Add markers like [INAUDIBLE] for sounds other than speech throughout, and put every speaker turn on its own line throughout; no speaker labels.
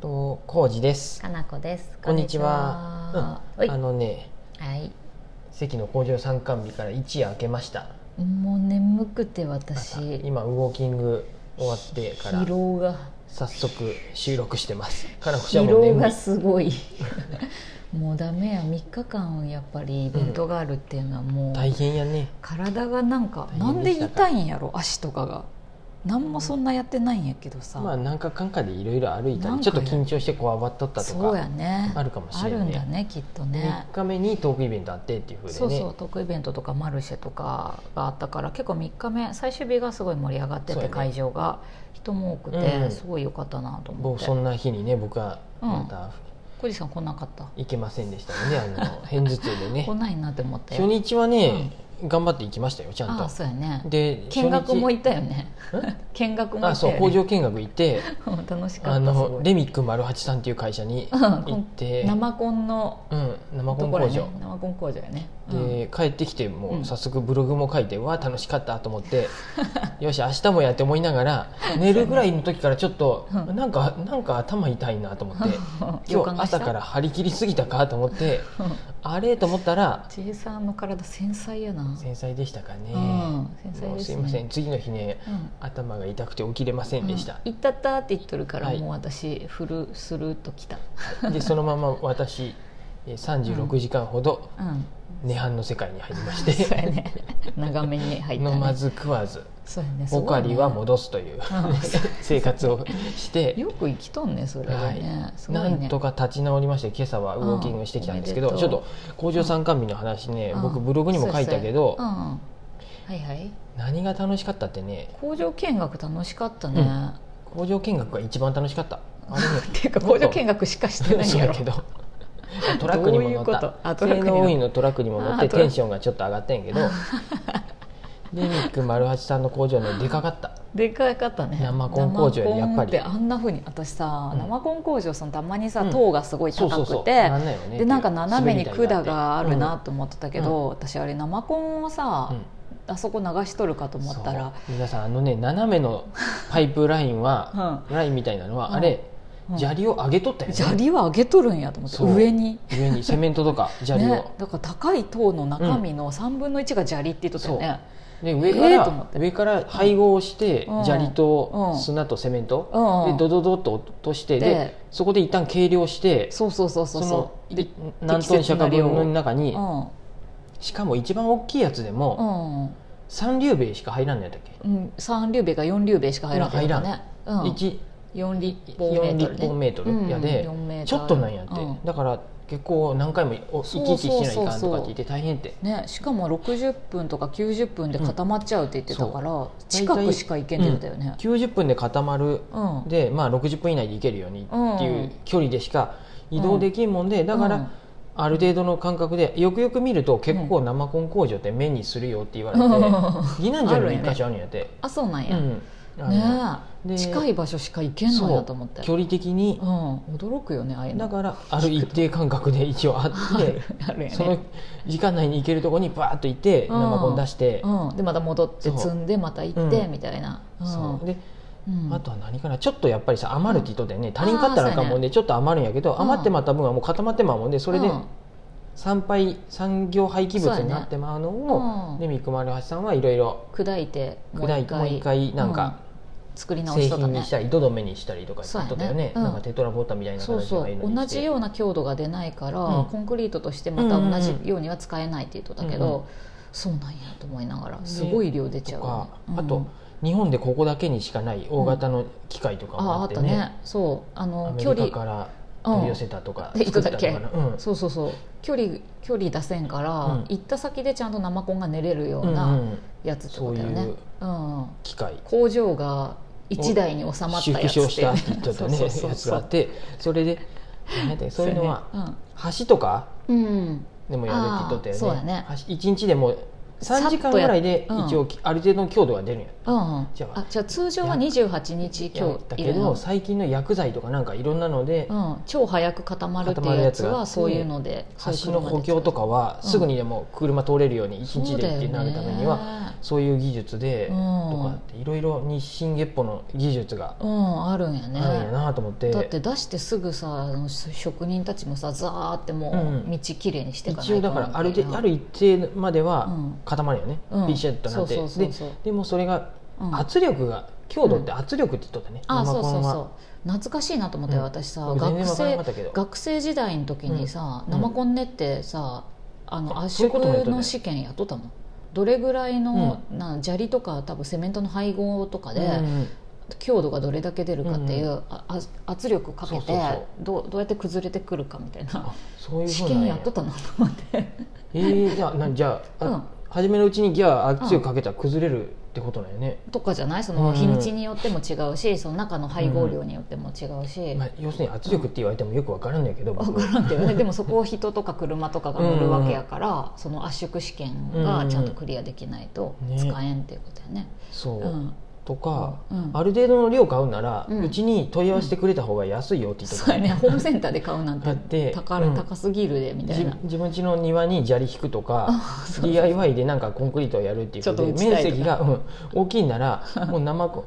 と浩二です。
かなこです。
こんにちは。
こん
あ
にちは
のね、
はい。
関の工場参観日から一夜明けました。
はい。もう眠くて
朝
私。
今ウォーキング終わってから
疲労が
早速収録してます。かなこちゃん
疲
も
労
眠
が
い。
す
[LAUGHS]
ごい。もうダメや3日間やっぱりイベントがあるっていうのはもう
大変やね。
体がなんかな
大
ん
変
で
でしたか
痛いんやろ足とかが。なんもそんなやってないんやけどさ。
まあなんかかんかでいろいろ歩いた
なん
り、
か
ちょっと緊張してこわばっとったと
そうや
か。
ね。
あるかもしれんね
あるんだねきっとね
三。日目にトークイベントあってっていう風でね。
そうそう特イベントとかマルシェとかがあったから結構3日目最終日がすごい盛り上がって
そう
て、
やね
会場が人も多くて、
うん
すごい良かったなと思
も
っ
う
て
そんな日にね、僕はまた
小路さん来なかった
行けませんでしたので、あの偏頭痛
[LAUGHS]
でね
来。ないなって思って
初日はね、頑張って行きましたよ、ちゃん
ああ
と。
そうやね
で
見学
初
も
日
行ったよ
[LAUGHS]
ね見学も行
あ
った
そう
[LAUGHS] よ、ね、
工場見学行って
[LAUGHS] うん楽しかった
あ
す
の
ごい
レミック丸八さんっていう会社に
うん
行って、うん、
生コンの
生コ
と
ン
こ
工
ろや
場
ね、生コン工場やね、うん
で帰ってきて
う
もうん早速ブログも書いて、わあ楽しかったと思って
[LAUGHS]
よし明日もやって思いながら寝るぐらいの時からちょっと、
うん
なんかなんか頭痛いなと思って
[LAUGHS] 予
今
感
日
がした
朝から張り切りすぎたかと思って
うん
あれと思ったら
千恵さんの体繊細やな、
繊細でしたかね、
うん繊細
もう
ですす
い
ね
ません次の日ね
うん
頭が痛くて起きれませんでした、
うん行ったったって言っとるから、
はい
もう私フルスルーと来た、
[LAUGHS] でそのまま私えー36時間ほど
うん、
涅槃の世界に入りまし
[LAUGHS] そうや
て、 [LAUGHS]
ね長めに入った、ね、
飲まず食わず
そうやね
ボカリは
う
戻すという、
ん
[LAUGHS] 生活をして、
よく生きとんねそれはね、すご
ない
ね
んとか立ち直りまして今朝はウォーキングしてきたんですけど、
うんお
ち
め
ょ
で
っ
とう
と工場参観日の話ね、
うん
僕ブログにも書いたけど、
そうやそうやうんうんはいはい
何が楽しかったってね
工場見学楽しかったね、
う工場見学が一番楽しかったあれね
っていうか工場見学しかしてないん
そう
や
や
ろ
けどトラックにも乗っ
どういうこと
た
あトラック
性
に乗っ
能員のトラックにも乗っ
あ
て
ート
テ
ラック
ンションがちょっと上がったんや [LAUGHS] けどリミック丸八さんの工場ねでかかった
でかかったね
生コン工場やねやっぱり
生コンってあんなふうに私さ、
うん
生コン工場そのたまにさ、
うん
塔がすごい
そうそ
高
うそう
くて
なんないよね
でなんか斜めに管
滑り台
があ
って
るなと思ってたけど、私あれ生コンをさ、
うんうん
あそこ流しとるかと思ったら、
そう皆さんあのね斜めのパイプライン [LAUGHS] はラインみたいなのは、
うん
あれ
うん
砂利を上げとったよね
砂利は上げとるんやと思って
そう
上に。
上にセメントと [LAUGHS] か砂利を、
ね、だから高い塔の中身の3分の1が砂利って言っとったよね、
で上から、
えーと思って
上から配合して、
うん
砂利と
うん
砂とセメント、
うん
でドドドッと落としてで
で
そこで一旦計量して
そうそうそうそうそう
の
で
い何トン車か分の中に、
うん
しかも一番大きいやつで
う
も、
ん
三流米しか入らんのやったっけ、
うん、3流米か4流米しか入らんけどね、うん、
一
4立方メ
4
ー
立
トル、ね、
方メートルやで、
うん4メートル
ちょっとなんやって、
うん
だから結構何回もお
そう
行
そ
き
う
来
そ
しな
うそう
いかんとかって言って大変って
ね、しかも60分とか90分で固まっちゃうって言ってたから、近
大
く
体
しか行けんって言ってたよね、
90分で固まる
うん
で、まあ、60分以内で行けるようにっていううん距離でしか移動できんもんで、だから、
うん
ある程度の感覚でよくよく見ると結構生コン工場って目にするよって言われて、
うん
避難所にも1箇所あるんやって。
あそうなん
う
や、
んあの
ねえ
で
近い場所しか行けんのやと思って
距離的に
う、ん、驚くよねああいう
だ
の
からある一定間隔で一応あって。
[LAUGHS] あるよね
その時間内に行けるとこにバーッと行って
うん
生コン出して、
うん、でまた戻って
そう
積んでまた行って
うん
みたいな、うん
そうで、
うん
あとは何かなちょっとやっぱりさ余るって言っとったよね足りんかったらあかんもんで、ちょっと余るんやけど、
ん
余ってまった分はもう固まってまうもんでそれで
うん
産廃産業廃棄物になってまうの
そうやね
を
うん
でミクマルハシさんはいろいろ
砕いてもう
砕い
一
てもう
回
一回なんか
うん作り直
製
しとった
品に
ね
したり糸止めにしたりとか言っとったよね
そうやねうん
なんかテトラボタンみたいな形
そう
の
そ
ああいうのに
同
して
じような強度が出ないから、
うん
コンクリートとしてまた同じようには使えないって言っとったけど、
うんうんうん
そうなんやと思いながらすごい量出ちゃ
と
うよ
か、
ね、
あ
うん
と日本でここだけにしかない大型の機械とかも
あ
あ
あ
っ
ってた
ね,、
ねそうあ
ア
の
メ
距
リ
離
カから取り寄せたとか
うん
作ったとか
で
な
糸
うん
そうそうそう距離距離出せんから、
うん
行った先でちゃんと生コンが練れるよ
う
うん
う
なんやつってことだよね、
そういう
うん
機械
工場が1台に収まったやつ
縮小したって言っとった
そ
よ
う
ね
[LAUGHS] そうそう
やつがあってそれで何やったっけそういうのは
そうやね
橋とか
うん、うん
でもやるって言っとったよね
あーそうやね
橋一日でも3時間ぐらいで
さっとやっ
一応、ある程度の強度が出るんや
うんうん
じゃあ
あじゃあ通常は28日
いや
今
だ
日
け
入れる
ど
の
最近の薬剤とかなんかいろんなので、
うん、超早く固まるっていうやつ
固まるやつがあっ
は
て
そういうのでそういう
橋の
車で
補強とかは
うん
すぐにでも車通れるように一日でってなるためにはそういう技術で
う
と
ん
かっていろいろ日進月歩の技術が
そうだよねうんあるんやね
あるんやなと思って
だって出してすぐさあの職人たちもさザーっても
うんう
うん道きれいにしていかない
一
と
応だからある程あ
る
る一定まで
う
は
ん
固まるよね
うん
ビシャッとなって
そうそうそうそう
ででもそれが
うん
圧力が強度って圧力って言っとったね
あ
生
そう
コ
そ
ン
う
は
そう懐かしいなと思ったよ、
うん
私さ
僕全然
学
わからなか
生
ったけど
学生時代の時にさ、
うん
生コンネってさあの
あ
圧
そういうこ
縮
ともやっとんね
の試験やっとったのどれぐらいの、な砂利とか多分セメントの配合とかで、
うん
強度がどれだけ出るかっていう、
うん
ああ圧力かけ
そうそう
て
そう
どうどうやって崩れてくるかみたいな
あそういうふう
試
な
験
ん
やっとったなと思って [LAUGHS]
えーじゃあなじゃあ
う
あ
ん
初めのうちにギア圧力かけたら崩れるってことなんよね
とかじゃないそうの
ん
日にちによっても違うしその中の配合量によっても違うし、
まあ、要するに圧力って言われてもよくわからんねんけど、 [LAUGHS]
わ
僕
からんけどねでもそこを人とか車とかが乗るわけやから、その圧縮試験がちゃんとクリアできないと
うんうん
使えんっていうことやね。
そう、
うん
とか、
うん
ある程度の量買うなら、
う
うんちに問い合わせてくれた方が安いよって言って
そう
た、
やねホームセンターで買うなん
だってて
高,、
うん
高すぎるでみた
じ
いな。
自分家の庭に砂利引くとか
あ [LAUGHS] そう
DIY でなんかコンクリートをやるっていうこと
ちょ
で
っと打ちた
面
いとか
積が、うん、大きいな
[LAUGHS]
らもう生コン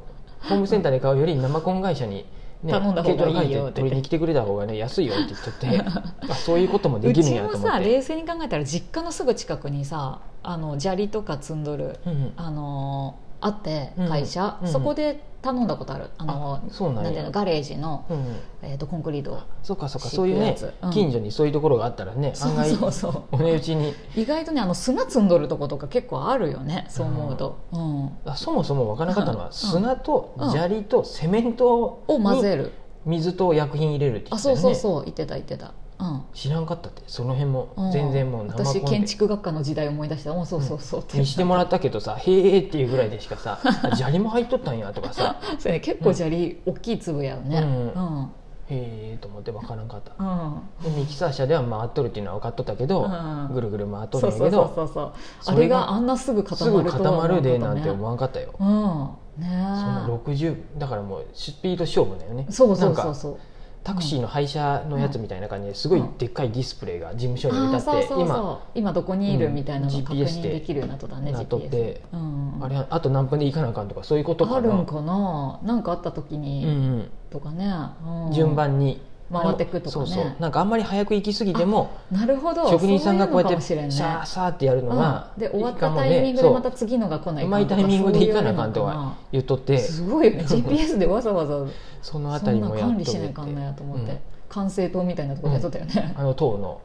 ホームセンターで買うより生コン会社に、ね、
[LAUGHS] 頼んだ方がいいよ
軽トラ借りて取りに来てくれた方がね安いよって言っとって
[LAUGHS]
あそういうこともで
う
きるん
ち
やと
も
思っ
さ
て。
冷静に考えたら実家のすぐ近くにさあの砂利とか積んどる、
うんうん
あのーあって
うん
会社、
うん
そこで頼んだことあるあのー
あそうなんや
ていうのガレージの、
うんうん
えー、とコンクリート
そうかそうか
敷く
そういう
や
ね
つ、うん
近所にそういうところがあったらね
そ
案
う
外
そうそう
お値打ちに
意外とねあの砂積んどるとことか結構あるよねそう思うと、うん
あそもそも分からなかったの
うん
は砂と砂利とセメント
を混ぜ
に
る、
水と薬品入れるって言
あ
ってた
そ
よ
うそう
ね
そう言ってた言ってたうん
知らんかったってその辺
う
も
ん
全然もう生
私
コン
建
で
築学科の時代思い出したもうそうそうそうって
見してもらったけどさ「へえ」っていうぐらいでしかさ「砂利も入っとったんや」とかさ
[LAUGHS] そうやね結構砂利大きい粒やよね
うん
うん
「へえ」と思って分からんかった
うん
でミキサー車では回っとるっていうのは分かっとったけど
うん
ぐるぐる回っと
そ
る
うん
や
そう
け
そう
ど
そうそうあ
そ
れ
れが
があんなすぐ固
すぐ
まるとは
固まるで
思わ
なん
かってたね
思わんかったよ
うん
そんな
ね
60だからもうスピード勝負だよね
えそう
な
そ
ん
う
か
そうそう
タクシーの廃車のやつみたいな感じですごいでっかいディスプレイが事務所に置いてあ
あ
っ
ー
て
そうそうそう
今
今どこにいるみたいなの
うん
確
GPS
認できるようになっとったね
なっとって
GPS うんうん
あれあと何分で行かなあかんとかそういうことかな
あるんかななんかあった時
うん
にとかね、
う
うんん
順番に
回ってくとか
そ
ね
うそうなんかあんまり早く行き過ぎても
なるほど
職人さんがこうやってシ
そういう
ャ
のかもしれんね
ーサーってやるのが
うんで終わっ
いいか
た
も
タ
ね
イミングでまた
そ
次のが来な
う
いうか
ま
ん
い
と
タ
か
イミングで行かなあ
そう
かん
う
と
の
は言っとっ
な
て
すごいよね GPS でわざわざ
そのあ
そ
たり
んな
もやっ
管
と
理
っ
しな
て
いかんのやと思って、
うん
管制塔みたいなところでやっとったよね、
あの塔
[LAUGHS]
の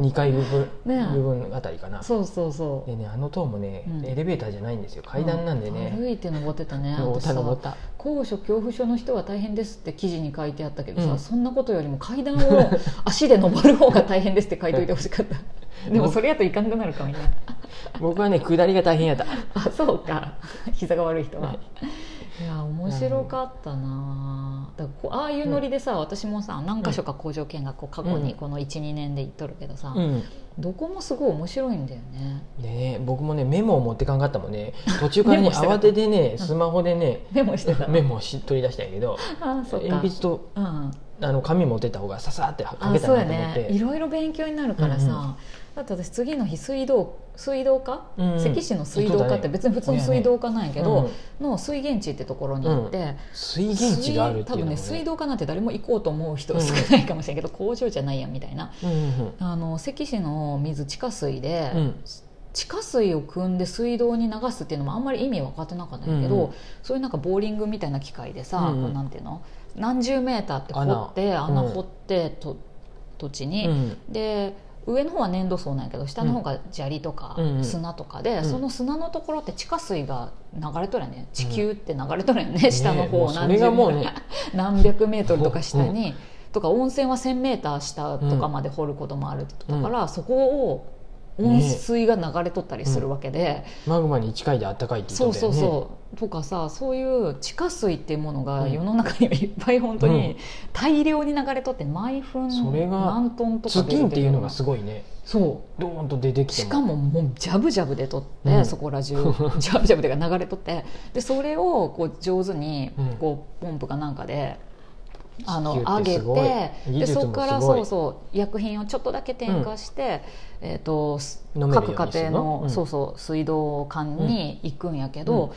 2階部分
ねえ
部分あたりかな
そうそうそう、
でねあの塔もね
うん
エレベーターじゃないんですよ階段なんで
う
ね
歩いて登ってたね
登った
私さ
登った
高所恐怖症の人は大変ですって記事に書いてあったけどさ、
うん
そんなことよりも階段を [LAUGHS] 足で登る方が大変ですって書いといてほしかった
[LAUGHS]
でもそれやといかんくなるかみんな
僕はね下りが大変やった
あそうか膝が悪い人は、、
はい
や面白かったなだからこうああいうノリでさ、私もさ何箇所か工場見学を過去に
うん
この12年で行っとるけどさ、
うん
どこもすごい面白いんだよね
[LAUGHS] でね僕もねメモを持ってかんかったもん
[LAUGHS]
ね途中から
メ
ね
モしてた
慌ててねスマホでね
メモしてた
メモをし取り出したんやけど
ああそっ
鉛
か
筆と
うん
あの紙持ってった方がささって書
あ
けた
そう
な
や
と思っ
ねい
て
ろいろ勉強になるからさ、
うんうん
だって私次の日水道水道課、
うんうん
関市の水道課って別に普通の水道課なんやけど、の水源地ってところに行って、
水源地があるって
水
い
多
う
分
のも
ね
ね
水道課なんて誰も行こうと思う人少ないかもしれんけど、工場じゃないやんみたいな
うんうん
あの関市の水地下水で、
うんうん
地下水を汲んで水道に流すっていうのもあんまり意味分かってなかったんやけど、
うんうん
そういうなんかボーリングみたいな機械でさ、
うんうん
こうなんていうの何十メーターって掘って
穴
穴
うん
掘って、と土地に、
うん
で上の方は粘土層なんやけど下の方が砂利とか
うんうん
砂とかで、
うん
その砂のところって地下水が流れとるやね地球って流れとるやね、下の
ねえも
方何
うそれ
十
がもう
メー
ね
ター何百メートルとか下に、とか温泉は1,000メーター下とかまで掘ることもあるだから、そこを温水が流れとったりするわけで、
マグマに近いであったかいって言
そ
っ
う
てた
そ
よ
う
ね
そうとかさそういう地下水っていうもの
う
が
ん
世の中にはいっぱい本当
うん
に大量に流れとって毎分
それが
何トンとか
ズキンっていうのがす
そ
ごいね
そ
ドーンと出て
う
きて
しかももうジャブジャブでとって、
うん
そこら中 [LAUGHS] ジャブジャブで流れとってでそれをこう上手に
うん
こうポンプかなんかで。あ
地
の
球っ
上
て
げ
すごい
て
技
で
術もす
そこ
ごい
からそうそう薬品をちょっとだけ添加して、えー、と
飲めるようにす
各
るの
家庭の、
うん
そうそう水道管に行くんやけ
う
ど、
ん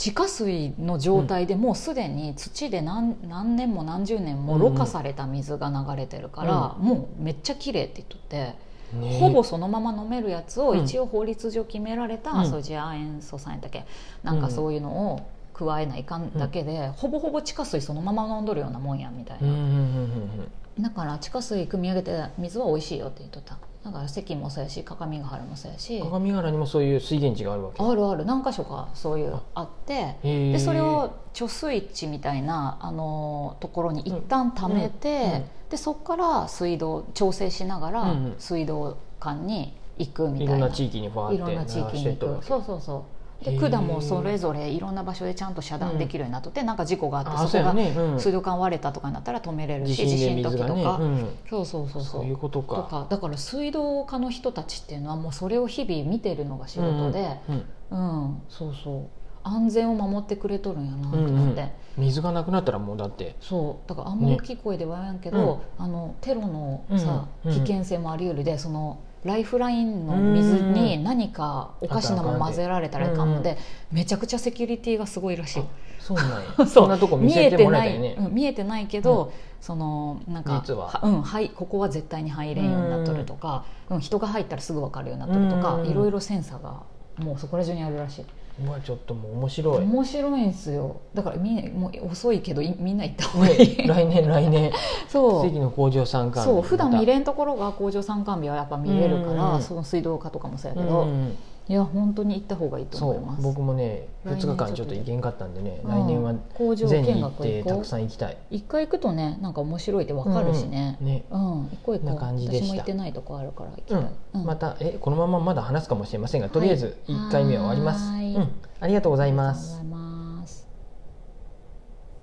地下水の状態でもうすでに土で何何年も何十年
う
も
んうん
ろ過された水が流れてるから、もうめっちゃ綺麗って言っとって、
ね
ほぼそのまま飲めるやつを
うん
一応法律上決められた、
うん
そういう次亜塩素酸やったっけなんかそういうのを加えないかんだけで、ほぼほぼ地下水そのまま飲んどるようなもんやみたい
うんうんう
な、
ん
だから地下水汲み上げて水は美味しいよって言っとっただから関もそうやし各務原もそうや
う
し
ん鏡原にもそういう水源地があるわけ
あるある何箇所かそういうあって
へー
でそれを貯水池みたいなあのーところに一旦貯めて、
うんうん
でそこから水道調整しながら
うんうん
水道管に行くみ
い
た
ろ
い
ん
な、
な地域にファー
い
っ
ろ
て
んな地域
流して
に
っとる
行
わ
く
け
そうそうそうで
へー
管もそれぞれいろんな場所でちゃんと遮断できるようになっとって、なんか事故があって
あ
そ
そう
こ
や
が
ね、うん、
水道管割れたとかになったら止めれる
地
し、
震
地
で
震の
水
時
が
と
ね、
か、
うん、
そうそうそうそう
そういうこと
と
か
かだから水道課の人たちっていうのはもうそれを日々見てるのが仕事で、
うんうん
うん、そうそう安全を守ってくれとるんやなと
うんうん
思って、
水がなくなったらもうだって
そうだからあんま大きい声では言わんけど、あのテロのさ、
うんうん
危険性もあり得るでそのライフラインの水に何かおかしなもん混ぜられたらいかんので、めちゃくちゃセキュリティがすごいらしい。
そうなんや
そう
[LAUGHS] そんなとこ見
見え
せて
て
もら
な
えたよ
い、
ね
うん見えてないけど、そのなんか
実は
うん、はい、ここは絶対に入れんようになっとるとか、うん人が入ったらすぐ分かるようになっとるとか、
うん
いろいろセンサーがもうそこら中にあるらしいう
わちょっともう面白い、ね、
面白いんすよだからみんなもう遅いけどいみんな行った方がいい、
来年来年
[LAUGHS] そ
関
う
の工場参観日
そう普段見
ん
れんところが工場参観日はやっぱ見れるから、
うん
その水道課とかもそうやけ
うん
ど、
うんうん
いや本当に行った方がいいと
そ
思いま
う
す
僕もね
来
2
年
日間ちょっと行けんかったんでね
うん
来年は
工場
全に
見
行っ
学
て
行
た
こ
くさん行きたいう
一回行くとねなんか面白いって分かるしね、
うんね
うん、行こう行こう
な感じでした
私も行ってないとこあるから行き
う
たい、
ん
うん
またえこのまままだ話すかもしれませんがとりあえず
はい
1回目は終わります、
はーい
うん、ありがとうございます
ありがとうございます